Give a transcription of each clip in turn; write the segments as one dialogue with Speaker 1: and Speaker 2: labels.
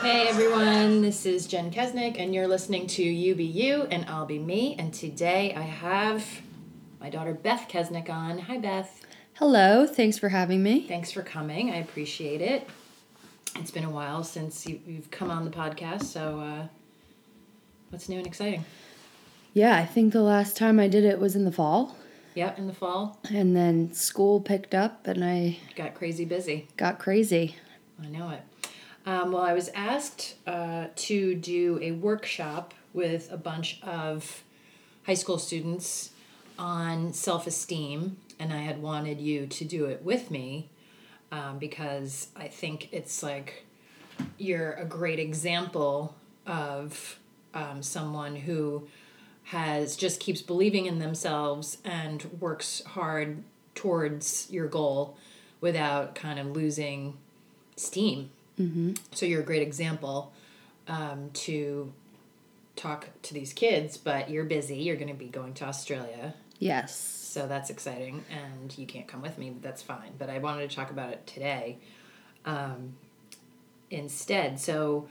Speaker 1: Hey everyone, this is Jen Kesnick, and you're listening to You Be You and I'll Be Me. And today I have my daughter Beth Kesnick on. Hi Beth.
Speaker 2: Hello, thanks for having me.
Speaker 1: Thanks for coming. I appreciate it. It's been a while since you, you've come on the podcast, so uh, what's new and exciting?
Speaker 2: Yeah, I think the last time I did it was in the fall,
Speaker 1: Yep, in the fall,
Speaker 2: and then school picked up and I
Speaker 1: got crazy busy.
Speaker 2: got crazy.
Speaker 1: I know it. Um, well, I was asked uh, to do a workshop with a bunch of high school students on self esteem, and I had wanted you to do it with me um, because I think it's like you're a great example of um, someone who has just keeps believing in themselves and works hard towards your goal without kind of losing steam. Mm-hmm. So you're a great example um, to talk to these kids, but you're busy. You're going to be going to Australia.
Speaker 2: Yes.
Speaker 1: So that's exciting, and you can't come with me, but that's fine. But I wanted to talk about it today um, instead. So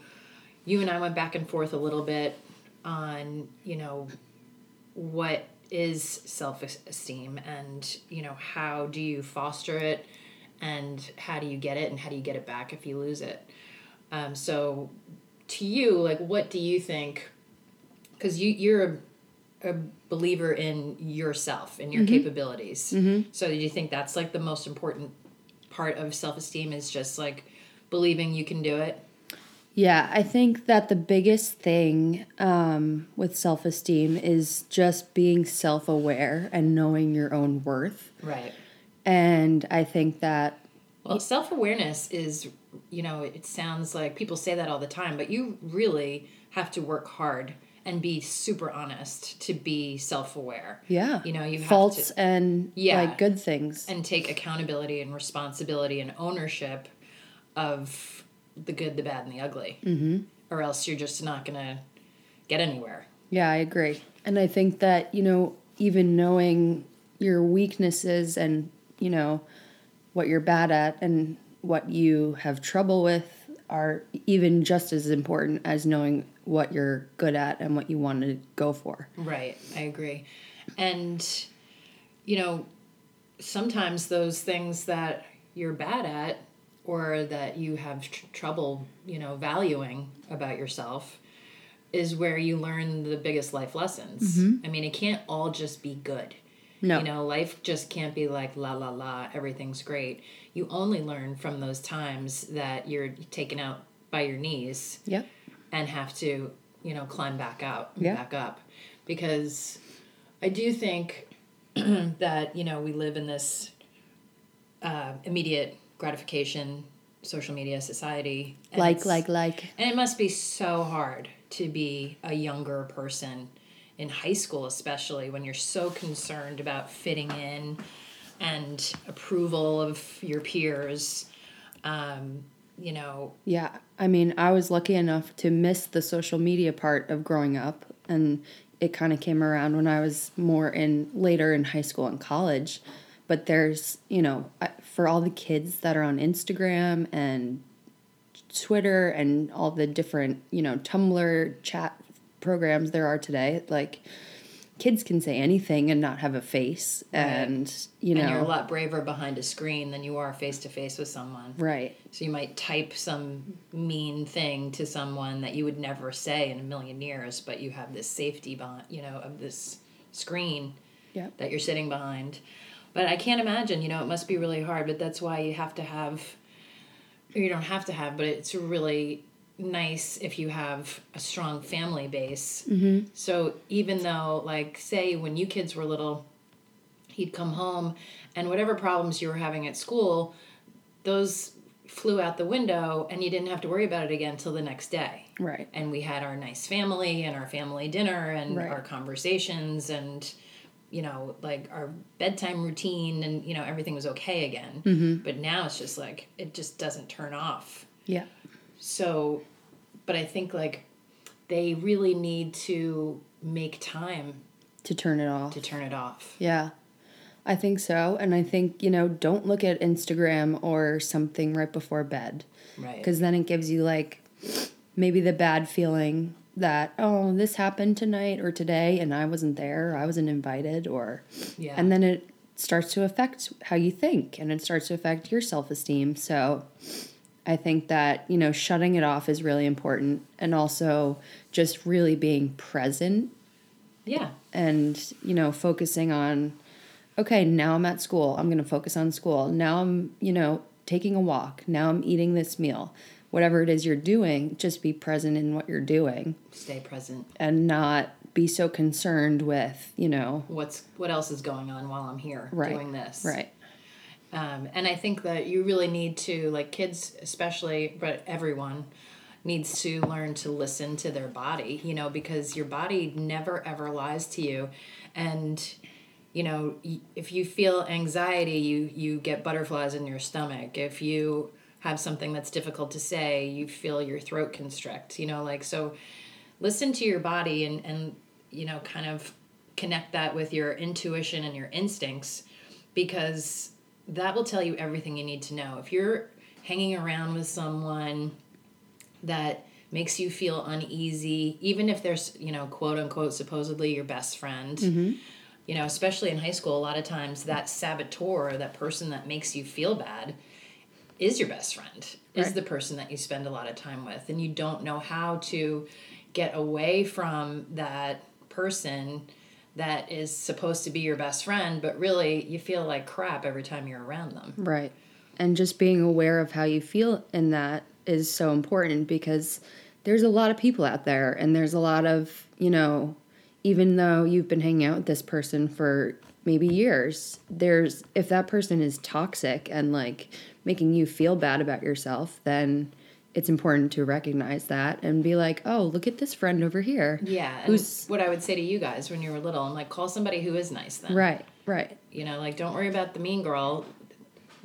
Speaker 1: you and I went back and forth a little bit on, you know, what is self esteem and, you know, how do you foster it and how do you get it and how do you get it back if you lose it? Um, so to you, like, what do you think? Because you, you're a a believer in yourself and your capabilities. So do you think that's like the most important part of self-esteem is just like believing you can do it?
Speaker 2: Yeah, I think that the biggest thing um, with self esteem is just being self aware and knowing your own worth.
Speaker 1: Right.
Speaker 2: And I think that,
Speaker 1: Well, self-awareness is you know, it sounds like people say that all the time, but you really have to work hard and be super honest to be self-aware.
Speaker 2: yeah,
Speaker 1: You know, you have
Speaker 2: faults
Speaker 1: to
Speaker 2: and
Speaker 1: Yeah.
Speaker 2: like good things.
Speaker 1: and take accountability and responsibility and ownership of the good, the bad, and the ugly. Mm-hmm. Or else you're just not gonna get anywhere.
Speaker 2: Yeah, I agree. And I think that, you know, even knowing your weaknesses and, you know, what you're bad at and what you have trouble with are even just as important as knowing what you're good at and what you want to go for.
Speaker 1: Right, I agree. And, you know, sometimes those things that you're bad at or that you have tr- trouble, you know, valuing about yourself is where you learn the biggest life lessons. I mean, it can't all just be good.
Speaker 2: No.
Speaker 1: You know, life just can't be like la la la, everything's great. You only learn from those times that you're taken out by your knees
Speaker 2: Yep.
Speaker 1: and have to you know climb back out and
Speaker 2: Yeah.
Speaker 1: back up because i do think that you know we live in this uh, immediate gratification social media society and
Speaker 2: Like,
Speaker 1: it's-
Speaker 2: like, like.
Speaker 1: and it must be so hard to be a younger person in high school, especially when you're so concerned about fitting in and approval of your peers. Um, you know,
Speaker 2: Yeah. I mean, I was lucky enough to miss the social media part of growing up and it kind of came around when I was more in later in high school and college. But there's, you know, I- for all the kids that are on Instagram and Twitter and all the different, you know, Tumblr chat programs there are today, like kids can say anything and not have a face and, you know,
Speaker 1: and you're a lot braver behind a screen than you are face to face with someone.
Speaker 2: right.
Speaker 1: So you might type some mean thing to someone that you would never say in a million years, but you have this safety bond, you know, of this screen
Speaker 2: Yeah.
Speaker 1: that you're sitting behind. But I can't imagine, you know, it must be really hard, but that's why you have to have, or you don't have to have, but it's really nice if you have a strong family base. Mm-hmm. So even though, like, say when you kids were little, he'd come home and whatever problems you were having at school, those flew out the window and you didn't have to worry about it again till the next day
Speaker 2: Right.
Speaker 1: and we had our nice family and our family dinner and
Speaker 2: Right.
Speaker 1: our conversations and you know like our bedtime routine and you know everything was okay again
Speaker 2: Mm-hmm.
Speaker 1: but now it's just like it just doesn't turn off
Speaker 2: Yeah.
Speaker 1: so but i think like they really need to make time
Speaker 2: To turn it off.
Speaker 1: to turn it off
Speaker 2: Yeah, I think so. And I think, you know, don't look at Instagram or something right before bed
Speaker 1: right
Speaker 2: because then it gives you like maybe the bad feeling that oh this happened tonight or today and I wasn't there or I wasn't invited or
Speaker 1: Yeah.
Speaker 2: and then it starts to affect how you think and it starts to affect your self-esteem so I think that you know shutting it off is really important and also just really being present
Speaker 1: yeah.
Speaker 2: and you know focusing on okay now i'm at school i'm going to focus on school now i'm you know taking a walk now i'm eating this meal whatever it is you're doing just be present in what you're doing
Speaker 1: Stay present.
Speaker 2: and not be so concerned with you know
Speaker 1: What's what else is going on while I'm here
Speaker 2: right
Speaker 1: doing this?
Speaker 2: right
Speaker 1: Um, and I think that you really need to, like kids especially, but everyone needs to learn to listen to their body, you know, because your body never ever lies to you. And, you know, y- if you feel anxiety, you, you get butterflies in your stomach. If you have something that's difficult to say, you feel your throat constrict, you know, like so listen to your body and, and you know, kind of connect that with your intuition and your instincts because that will tell you everything you need to know. If you're hanging around with someone that makes you feel uneasy, even if there's, you know, quote unquote, supposedly your best friend, you know, especially in high school, a lot of times that saboteur, or that person that makes you feel bad, is your best friend, is
Speaker 2: Right.
Speaker 1: the person that you spend a lot of time with. And you don't know how to get away from that person that is supposed to be your best friend, but really you feel like crap every time you're around them.
Speaker 2: Right. And just being aware of how you feel in that is so important because there's a lot of people out there and there's a lot of, you know, even though you've been hanging out with this person for maybe years, there's if that person is toxic and like making you feel bad about yourself, then it's important to recognize that and be like, "Oh, look at this friend over here."
Speaker 1: Yeah. And
Speaker 2: Who's-
Speaker 1: what I would say to you guys when you were little, I'm like, call somebody who is nice then.
Speaker 2: Right, right.
Speaker 1: You know, like, don't worry about the mean girl,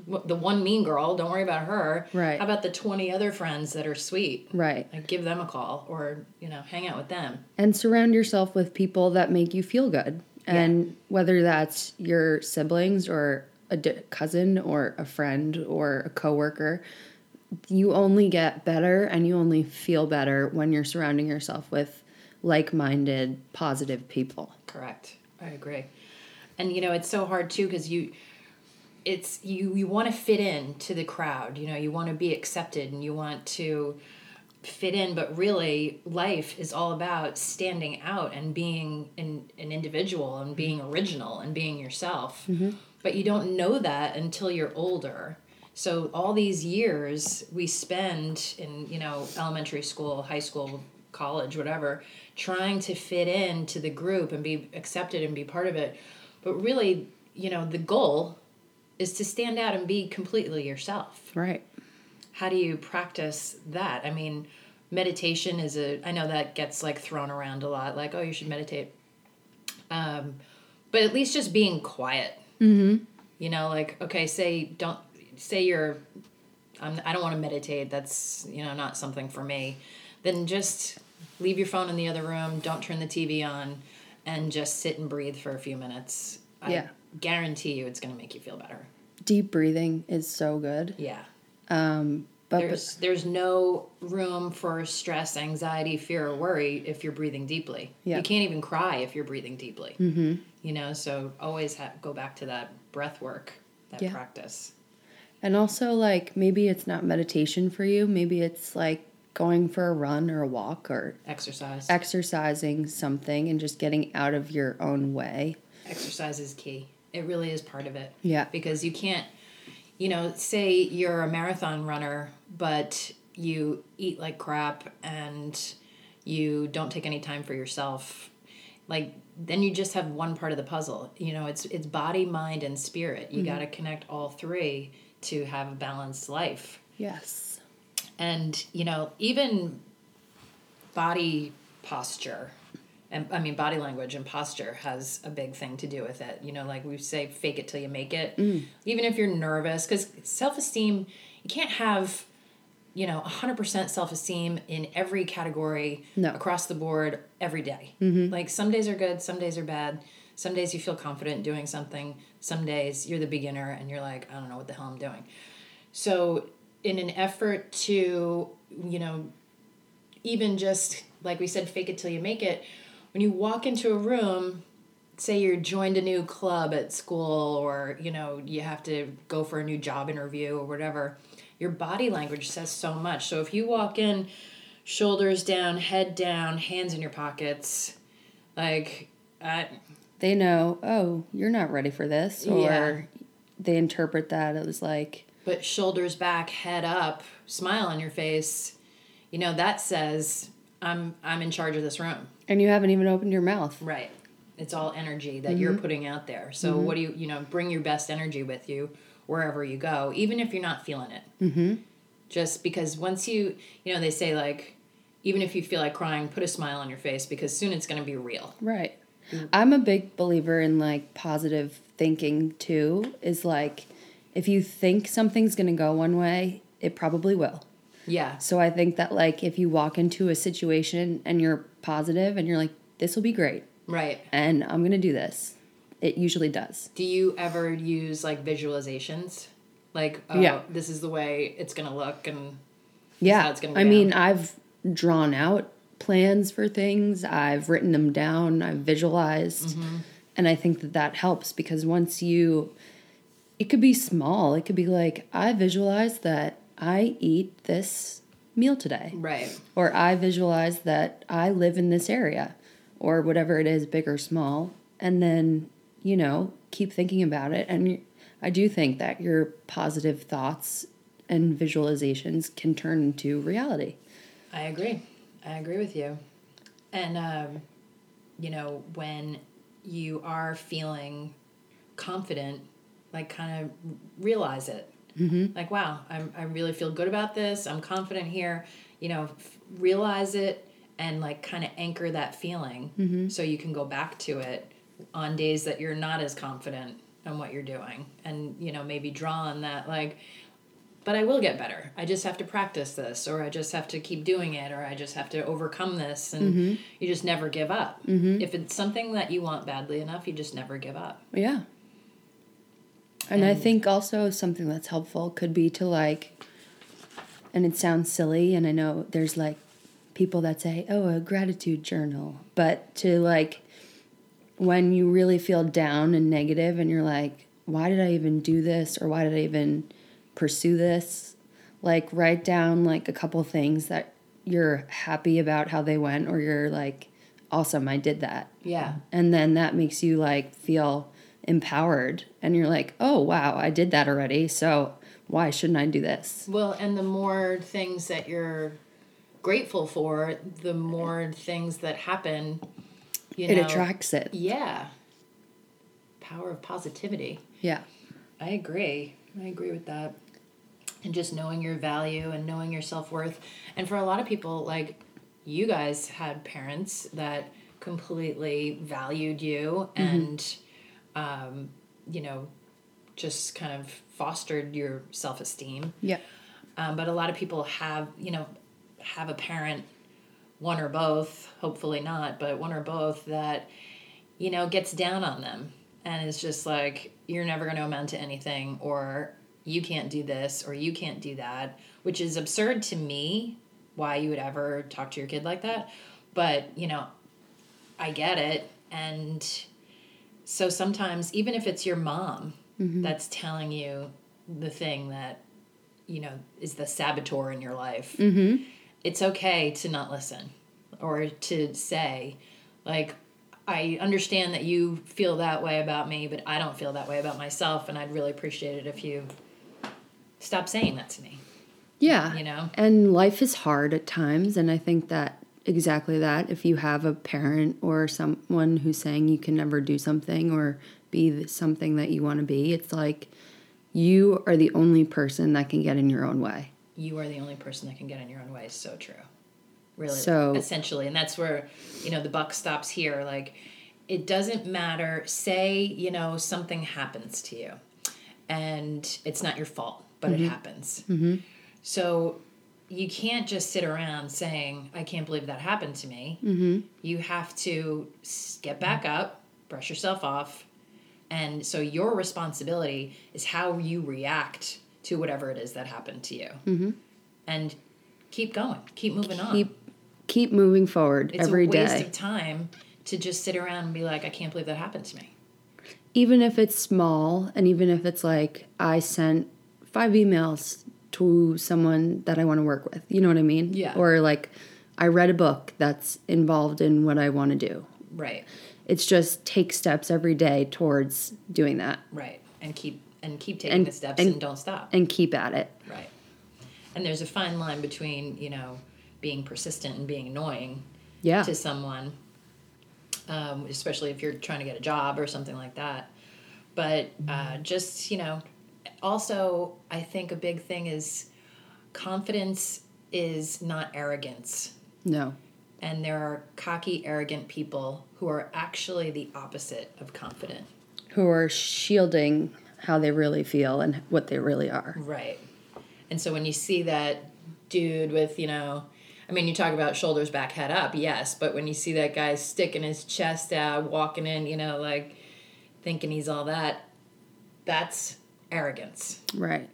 Speaker 1: w- the one mean girl, don't worry about her.
Speaker 2: Right.
Speaker 1: How about the 20 other friends that are sweet?
Speaker 2: Right.
Speaker 1: Like, give them a call or, you know, hang out with them.
Speaker 2: and surround yourself with people that make you feel good and whether that's your siblings or a di- cousin or a friend or a coworker you only get better and you only feel better when you're surrounding yourself with like-minded positive people
Speaker 1: Correct. I agree. And you know, it's so hard too because you, it's you. You want to fit in to the crowd. You know, you want to be accepted, and you want to fit in. But really, life is all about standing out and being an, an individual and being original and being yourself. But you don't know that until you're older. So all these years we spend in you know elementary school, high school, college, whatever, trying to fit in to the group and be accepted and be part of it. But really, you know, the goal is to stand out and be completely yourself.
Speaker 2: right
Speaker 1: How do you practice that? I mean, meditation is a I know that gets like thrown around a lot like oh you should meditate. Um but at least just being quiet. Mhm. You know, like okay, say don't say you're I'm, I don't want to meditate. That's, you know, not something for me. Then just leave your phone in the other room, don't turn the TV on and just sit and breathe for a few minutes.
Speaker 2: Yeah.
Speaker 1: I guarantee you it's going to make you feel better.
Speaker 2: deep breathing is so good
Speaker 1: Yeah.
Speaker 2: but
Speaker 1: There's there's no room for stress, anxiety, fear, or worry if you're breathing deeply.
Speaker 2: Yeah.
Speaker 1: You can't even cry if you're breathing deeply. Mm-hmm. You know, so always ha- go back to that breath work, that
Speaker 2: Yeah.
Speaker 1: practice.
Speaker 2: And also, like, maybe it's not meditation for you. Maybe it's like going for a run or a walk or
Speaker 1: Exercise.
Speaker 2: exercising something and just getting out of your own way.
Speaker 1: Exercise is key. It really is part of it.
Speaker 2: Yeah.
Speaker 1: Because you can't, you know, say you're a marathon runner, but you eat like crap and you don't take any time for yourself. Like then you just have one part of the puzzle. You know, it's it's body, mind, and spirit. You got to connect all three to have a balanced life
Speaker 2: Yes.
Speaker 1: and you know even body posture and i mean body language and posture has a big thing to do with it you know like we say fake it till you make it even if you're nervous because self-esteem you can't have you know 100% self-esteem in every category
Speaker 2: No.
Speaker 1: across the board every day. like some days are good some days are bad some days you feel confident doing something some days you're the beginner and you're like i don't know what the hell i'm doing so in an effort to you know even just like we said, fake it till you make it. When you walk into a room, say you're joined a new club at school or you know you have to go for a new job interview or whatever your body language says so much so if you walk in shoulders down head down hands in your pockets like I,
Speaker 2: They know, oh, you're not ready for this. Or
Speaker 1: Yeah.
Speaker 2: they interpret that as like,
Speaker 1: but shoulders back head up smile on your face you know that says i'm i'm in charge of this room
Speaker 2: and you haven't even opened your mouth.
Speaker 1: Right. It's all energy that you're putting out there. So what do you, you know, bring your best energy with you wherever you go, even if you're not feeling it. Mm-hmm. Just because once you, you know, they say like, even if you feel like crying, put a smile on your face because soon it's going to be real.
Speaker 2: Right. Mm. I'm a big believer in like positive thinking too, is like, if you think something's going to go one way, it probably will.
Speaker 1: Yeah.
Speaker 2: So I think that like if you walk into a situation and you're positive and you're like, this will be great
Speaker 1: Right.
Speaker 2: and I'm gonna do this, it usually does.
Speaker 1: Do you ever use like visualizations? Like, oh,
Speaker 2: Yeah.
Speaker 1: this is the way it's going to look and how
Speaker 2: Yeah,
Speaker 1: it's gonna
Speaker 2: I
Speaker 1: go
Speaker 2: mean I've drawn out plans for things, I've written them down, I've visualized,
Speaker 1: Mm-hmm.
Speaker 2: and I think that that helps because once you, it could be small, it could be like I visualize that I eat this meal today,
Speaker 1: right.
Speaker 2: or I visualize that I live in this area, or whatever it is, big or small, and then you know keep thinking about it. And you- I do think that your positive thoughts and visualizations can turn into reality.
Speaker 1: I agree. I agree with you. And, um, you know, when you are feeling confident, like kind of realize it. Mm-hmm. Like, wow, I'm, I really feel good about this. I'm confident here. You know, f- realize it and like kind of anchor that feeling so you can go back to it on days that you're not as confident on what you're doing. And, you know, maybe draw on that, like, but I will get better. I just have to practice this, or I just have to keep doing it, or I just have to overcome this. And you just never give up. If it's something that you want badly enough, you just never give up.
Speaker 2: Yeah. And, I think also something that's helpful could be to like, and it sounds silly, and I know there's like people that say, oh, a gratitude journal, but to like, when you really feel down and negative and you're like, why did I even do this or why did I even pursue this? Like, write down like a couple things that you're happy about how they went, or you're like, awesome, I did that
Speaker 1: Yeah.
Speaker 2: and then that makes you like feel empowered and you're like oh wow i did that already so why shouldn't i do this
Speaker 1: Well, and the more things that you're grateful for, the more things that happen. You
Speaker 2: it
Speaker 1: know,
Speaker 2: attracts it
Speaker 1: Yeah. Power of positivity.
Speaker 2: yeah
Speaker 1: I agree. I agree with that. And just knowing your value and knowing your self worth. And for a lot of people, like you guys had parents that completely valued you and, um, you know, just kind of fostered your self esteem.
Speaker 2: yeah
Speaker 1: Um, but a lot of people have, you know, have a parent, one or both, hopefully not, but one or both that, you know, gets down on them and is just like, you're never going to amount to anything or you can't do this or you can't do that, which is absurd to me why you would ever talk to your kid like that. But, you know, I get it. And so sometimes, even if it's your mom that's telling you the thing that you know is the saboteur in your life it's okay to not listen or to say like i understand that you feel that way about me but i don't feel that way about myself and i'd really appreciate it if you stop saying that to me
Speaker 2: yeah
Speaker 1: You know?
Speaker 2: and life is hard at times and i think that exactly that if you have a parent or someone who's saying you can never do something or be th- something that you want to be it's like you are the only person that can get in your own way
Speaker 1: you are the only person that can get in your own way is so true really
Speaker 2: So-
Speaker 1: essentially and that's where you know the buck stops here like it doesn't matter say you know something happens to you and it's not your fault but it happens so you can't just sit around saying i can't believe that happened to me mm-hmm. you have to s- get back up brush yourself off and so your responsibility is how you react to whatever it is that happened to you. Mm-hmm. And keep going, keep moving on.
Speaker 2: keep keep moving forward
Speaker 1: It's
Speaker 2: every
Speaker 1: a waste
Speaker 2: day.
Speaker 1: of time to just sit around and be like, I can't believe that happened to me.
Speaker 2: even if it's small and even if it's like I sent five emails to someone that I want to work with. You know what I mean?
Speaker 1: Yeah.
Speaker 2: Or like I read a book that's involved in what I want to do.
Speaker 1: Right,
Speaker 2: It's just take steps every day towards doing that
Speaker 1: right. And keep and keep taking
Speaker 2: And-
Speaker 1: the steps
Speaker 2: and-
Speaker 1: and don't stop.
Speaker 2: and keep at it.
Speaker 1: Right. And there's a fine line between, you know, being persistent and being annoying
Speaker 2: Yeah.
Speaker 1: to someone, um, especially if you're trying to get a job or something like that. But uh, just, you know, also, I think a big thing is confidence is not arrogance.
Speaker 2: no.
Speaker 1: And there are cocky, arrogant people who are actually the opposite of confident.
Speaker 2: Who are shielding how they really feel and what they really are.
Speaker 1: Right. And so when you see that dude with, you know, I mean, you talk about shoulders back, head up, yes, but when you see that guy sticking his chest out, walking in, you know, like thinking he's all that, that's arrogance.
Speaker 2: Right.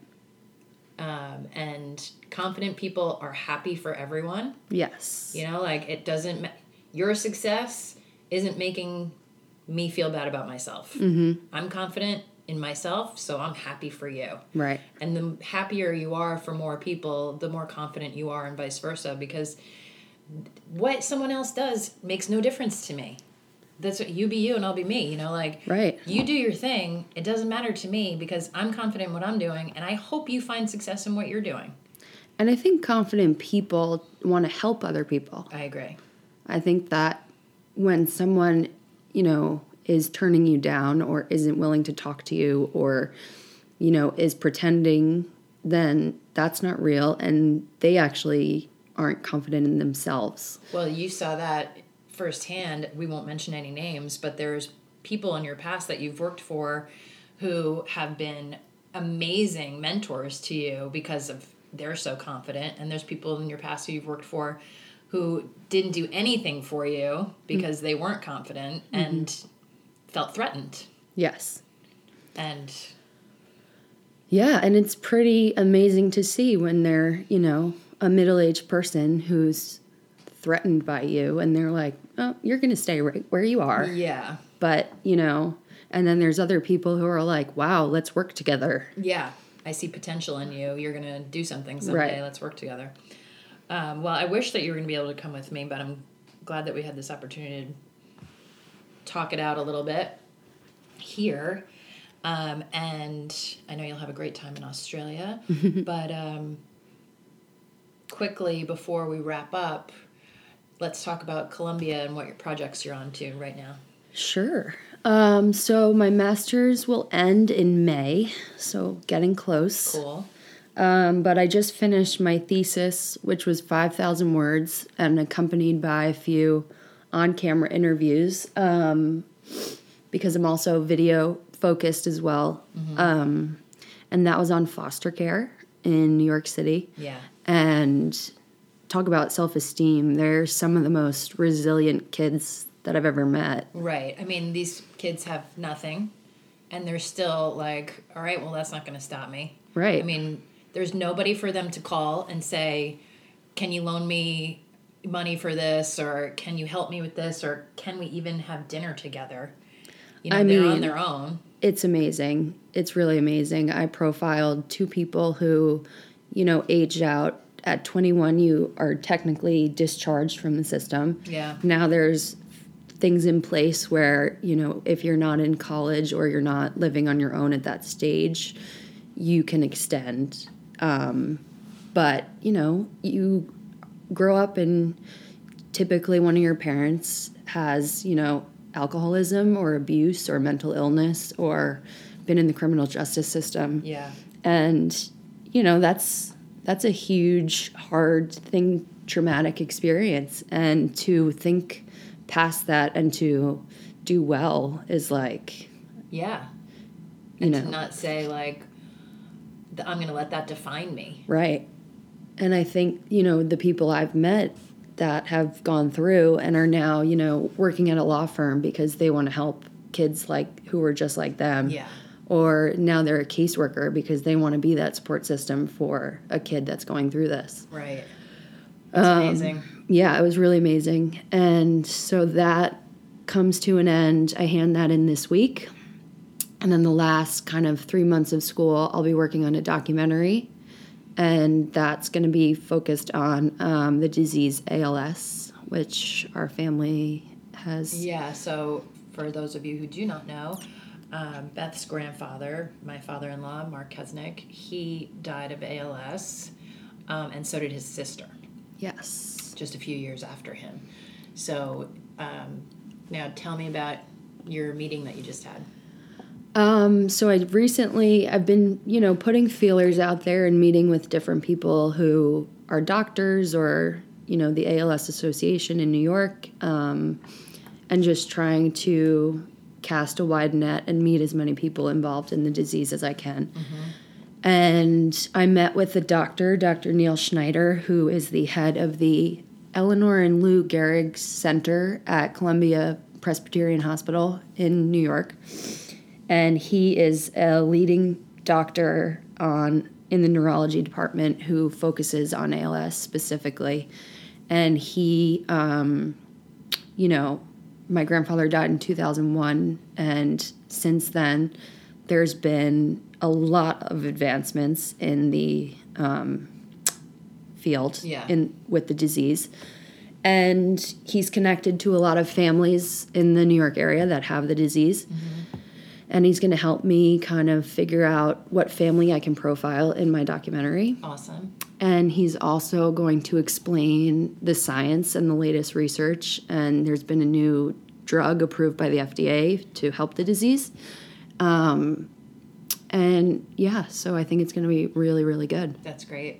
Speaker 1: Um, and confident people are happy for everyone.
Speaker 2: Yes.
Speaker 1: You know, like it doesn't, ma- your success isn't making me feel bad about myself. I'm confident in myself, so I'm happy for you.
Speaker 2: Right.
Speaker 1: And the happier you are for more people, the more confident you are, and vice versa, because what someone else does makes no difference to me. That's what you be you and I'll be me, you know, like
Speaker 2: Right.
Speaker 1: you do your thing, it doesn't matter to me because I'm confident in what I'm doing and I hope you find success in what you're doing.
Speaker 2: And I think confident people want to help other people.
Speaker 1: I agree.
Speaker 2: I think that when someone, you know, is turning you down or isn't willing to talk to you or, you know, is pretending, then that's not real and they actually aren't confident in themselves.
Speaker 1: Well, you saw that firsthand. We won't mention any names, but there's people in your past that you've worked for who have been amazing mentors to you because of they're so confident and there's people in your past who you've worked for who didn't do anything for you because they weren't confident and felt threatened
Speaker 2: Yes.
Speaker 1: and
Speaker 2: Yeah, and it's pretty amazing to see when they're, you know, a middle-aged person who's threatened by you and they're like, "Oh, you're going to stay right where you are."
Speaker 1: yeah
Speaker 2: But, you know, and then there's other people who are like, "Wow, let's work together."
Speaker 1: Yeah, I see potential in you. You're gonna do something someday.
Speaker 2: Right.
Speaker 1: Let's work together. Um, well, I wish that you were gonna be able to come with me, but I'm glad that we had this opportunity to talk it out a little bit here. Um, and I know you'll have a great time in Australia. but um, quickly before we wrap up, let's talk about Colombia and what your projects you're on to right now.
Speaker 2: Sure. Um, so my master's will end in May, so getting close.
Speaker 1: Cool.
Speaker 2: Um, but I just finished my thesis, which was 5,000 words and accompanied by a few on camera interviews um, because I'm also video focused as well.
Speaker 1: Mm-hmm.
Speaker 2: Um, and that was on foster care in New York City
Speaker 1: Yeah.
Speaker 2: and talk about self esteem. They're some of the most resilient kids that I've ever met.
Speaker 1: Right. I mean, these kids have nothing, and they're still like, all right, well, that's not going to stop me.
Speaker 2: Right.
Speaker 1: I mean, there's nobody for them to call and say, can you loan me money for this, or can you help me with this, or can we even have dinner together? You know,
Speaker 2: I
Speaker 1: they're on
Speaker 2: mean-
Speaker 1: their own.
Speaker 2: it's amazing. It's really amazing. I profiled two people who, you know, aged out. At 21, you are technically discharged from the system.
Speaker 1: Yeah.
Speaker 2: Now there's things in place where, you know, if you're not in college or you're not living on your own at that stage, you can extend. Um, but, you know, you grow up and typically one of your parents has, you know, alcoholism or abuse or mental illness or been in the criminal justice system.
Speaker 1: Yeah.
Speaker 2: And you know, that's that's a huge hard thing traumatic experience and to think past that and to do well is like
Speaker 1: Yeah.
Speaker 2: you know
Speaker 1: To not say, like, th- I'm going to let that define me.
Speaker 2: Right. And I think, you know, the people I've met that have gone through and are now, you know, working at a law firm because they want to help kids like who are just like them.
Speaker 1: Yeah.
Speaker 2: Or now they're a caseworker because they want to be that support system for a kid that's going through this.
Speaker 1: Right. That's
Speaker 2: Um,
Speaker 1: amazing.
Speaker 2: yeah, it was really amazing. And so that comes to an end. I hand that in this week. And then the last kind of three months of school, I'll be working on a documentary. And that's going to be focused on um, the disease ALS, which our family has.
Speaker 1: Yeah, so for those of you who do not know, um, Beth's grandfather, my father in law, Mark Kesnick, he died of ALS, um, and so did his sister
Speaker 2: Yes.
Speaker 1: just a few years after him. So um, now tell me about your meeting that you just had.
Speaker 2: Um, so I recently I've been, you know, putting feelers out there and meeting with different people who are doctors or, you know, the ALS Association in New York, um, and just trying to cast a wide net and meet as many people involved in the disease as I can. And I met with the doctor, Dr. Neil Schneider, who is the head of the Eleanor and Lou Gehrig Center at Columbia Presbyterian Hospital in New York and he is a leading doctor on in the neurology department who focuses on ALS specifically. And he, um, you know, my grandfather died in 2001, and since then, there's been a lot of advancements in the um, field
Speaker 1: Yeah.
Speaker 2: in with the disease. And he's connected to a lot of families in the New York area that have the disease and he's going to help me kind of figure out what family I can profile in my documentary.
Speaker 1: Awesome.
Speaker 2: And he's also going to explain the science and the latest research. And there's been a new drug approved by the FDA to help the disease. Um, and yeah, so I think it's going to be really, really good.
Speaker 1: That's great.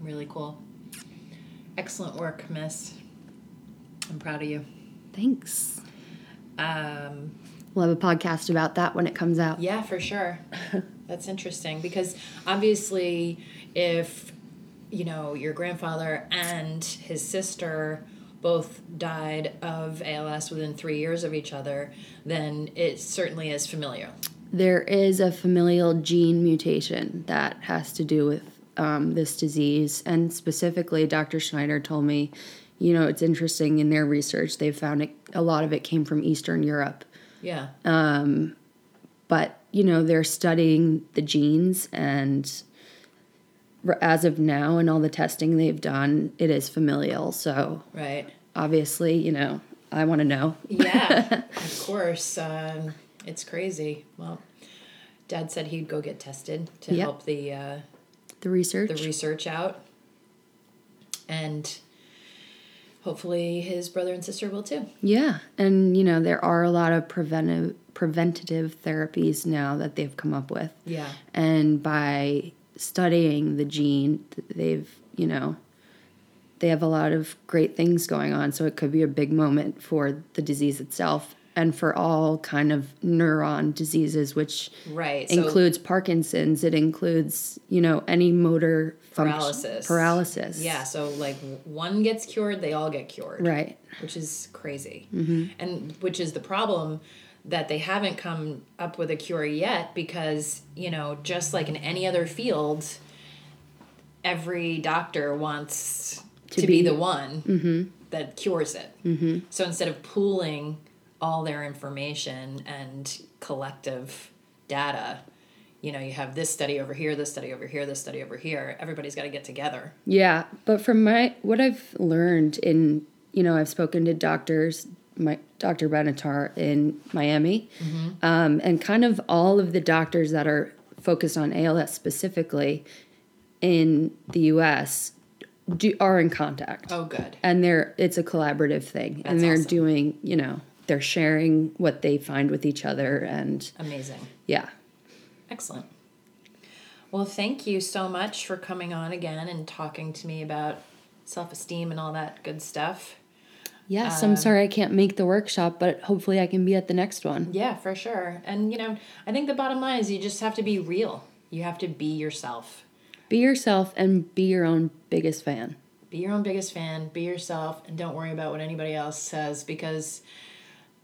Speaker 1: Really cool. Excellent work, Miss. I'm proud of you.
Speaker 2: Thanks.
Speaker 1: Um,
Speaker 2: We'll have a podcast about that when it comes out.
Speaker 1: Yeah, for sure. That's interesting because obviously, if you know your grandfather and his sister both died of ALS within three years of each other, then it certainly is familiar.
Speaker 2: there is a familial gene mutation that has to do with um, this disease. And specifically, Dr. Schneider told me, you know, it's interesting in their research, they found it, a lot of it came from Eastern Europe.
Speaker 1: Yeah.
Speaker 2: But, you know, they're studying the genes, and r- as of now, and all the testing they've done, it is familial. So
Speaker 1: right.
Speaker 2: obviously, you know, I want to know.
Speaker 1: Yeah. of course. Um, it's crazy. Well, Dad said he'd go get tested to
Speaker 2: Yeah.
Speaker 1: help the. Uh,
Speaker 2: The research.
Speaker 1: the research out and hopefully his brother and sister will too
Speaker 2: Yeah, and you know there are a lot of preventive preventative therapies now that they've come up with,
Speaker 1: yeah
Speaker 2: and by studying the gene, th- they've you know they have a lot of great things going on. So it could be a big moment for the disease itself and for all kind of neuron diseases, which
Speaker 1: right
Speaker 2: includes Parkinson's. It includes you know any motor function
Speaker 1: Paralysis.
Speaker 2: um, Paralysis.
Speaker 1: so yeah so like one gets cured they all get cured
Speaker 2: Right.
Speaker 1: which is crazy and which is the problem that they haven't come up with a cure yet because you know just like in any other field every doctor wants to, be,
Speaker 2: be-
Speaker 1: the one that cures it so instead of pooling all their information and collective data you know you have this study over here this study over here this study over here everybody's got to get together
Speaker 2: Yeah, but from my what I've learned in you know I've spoken to doctors, my Dr. Benatar in Miami,
Speaker 1: Mm-hmm.
Speaker 2: um, and kind of all of the doctors that are focused on ALS specifically in the U.S. Do, are in contact,
Speaker 1: oh good
Speaker 2: and they're it's a collaborative thing,
Speaker 1: That's
Speaker 2: and they're
Speaker 1: awesome.
Speaker 2: doing you know they're sharing what they find with each other, and
Speaker 1: amazing
Speaker 2: yeah,
Speaker 1: Excellent. Well, thank you so much for coming on again and talking to me about self esteem and all that good stuff.
Speaker 2: yes.
Speaker 1: Um,
Speaker 2: I'm sorry I can't make the workshop, but hopefully I can be at the next one.
Speaker 1: Yeah, for sure. And, you know, I think the bottom line is you just have to be real, you have to be yourself.
Speaker 2: Be yourself and be your own biggest fan.
Speaker 1: Be your own biggest fan, be yourself, and don't worry about what anybody else says because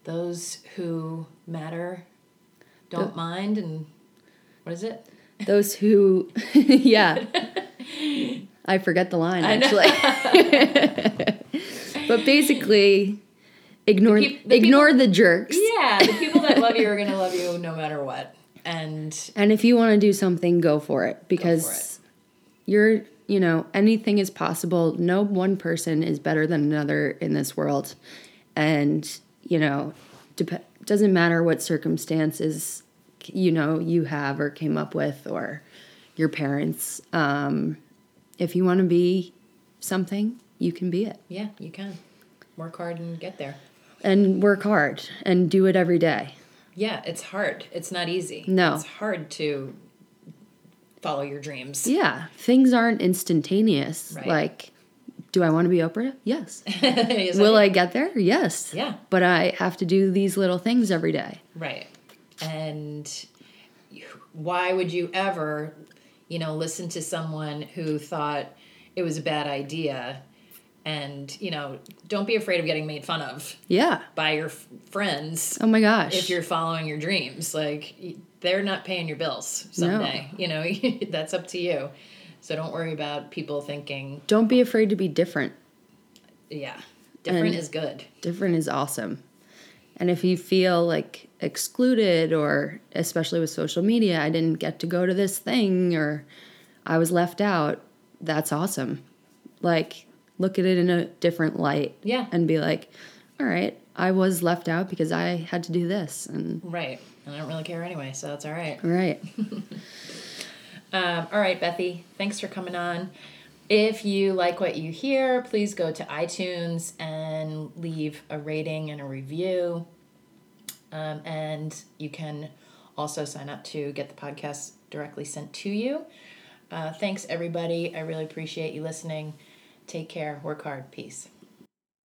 Speaker 1: those who matter don't mind and what is it?
Speaker 2: Those who, yeah, I forget the line actually. but basically, ignore
Speaker 1: The peop- the
Speaker 2: ignore the jerks.
Speaker 1: Yeah, the people that love you are going to love you no matter what. And
Speaker 2: And if you want to do something, go for it because you're, you know, anything is possible. No one person is better than another in this world. And, you know, dep- doesn't matter what circumstances, you know, you have or came up with or your parents. Um, if you want to be something, you can be it.
Speaker 1: yeah, you can work hard and get there.
Speaker 2: And work hard and do it every day.
Speaker 1: Yeah, it's hard. It's not easy.
Speaker 2: No.
Speaker 1: It's hard to follow your dreams.
Speaker 2: Yeah, things aren't instantaneous.
Speaker 1: Right.
Speaker 2: Like, do I want to be Oprah? Yes.
Speaker 1: It's like-
Speaker 2: Will I get there? Yes.
Speaker 1: Yeah.
Speaker 2: But I have to do these little things every day.
Speaker 1: Right. And why would you ever, you know, listen to someone who thought it was a bad idea and, you know, don't be afraid of getting made fun of
Speaker 2: Yeah.
Speaker 1: by your f- friends
Speaker 2: Oh my gosh.
Speaker 1: if you're following your dreams. Like y- they're not paying your bills someday. You know, that's up to you. So don't worry about people thinking,
Speaker 2: Don't be afraid to be different.
Speaker 1: yeah, different
Speaker 2: And-
Speaker 1: is good.
Speaker 2: Different is awesome. And if you feel like excluded or especially with social media, I didn't get to go to this thing or I was left out, that's awesome. Like look at it in a different light.
Speaker 1: Yeah.
Speaker 2: And be like, all right, I was left out because I had to do this and
Speaker 1: Right. And I don't really care anyway, so that's all right.
Speaker 2: all right.
Speaker 1: Um, all right, Bethy, thanks for coming on. If you like what you hear, please go to iTunes and leave a rating and a review. Um, and you can also sign up to get the podcast directly sent to you. Uh, thanks, everybody. I really appreciate you listening. Take care. Work hard. Peace.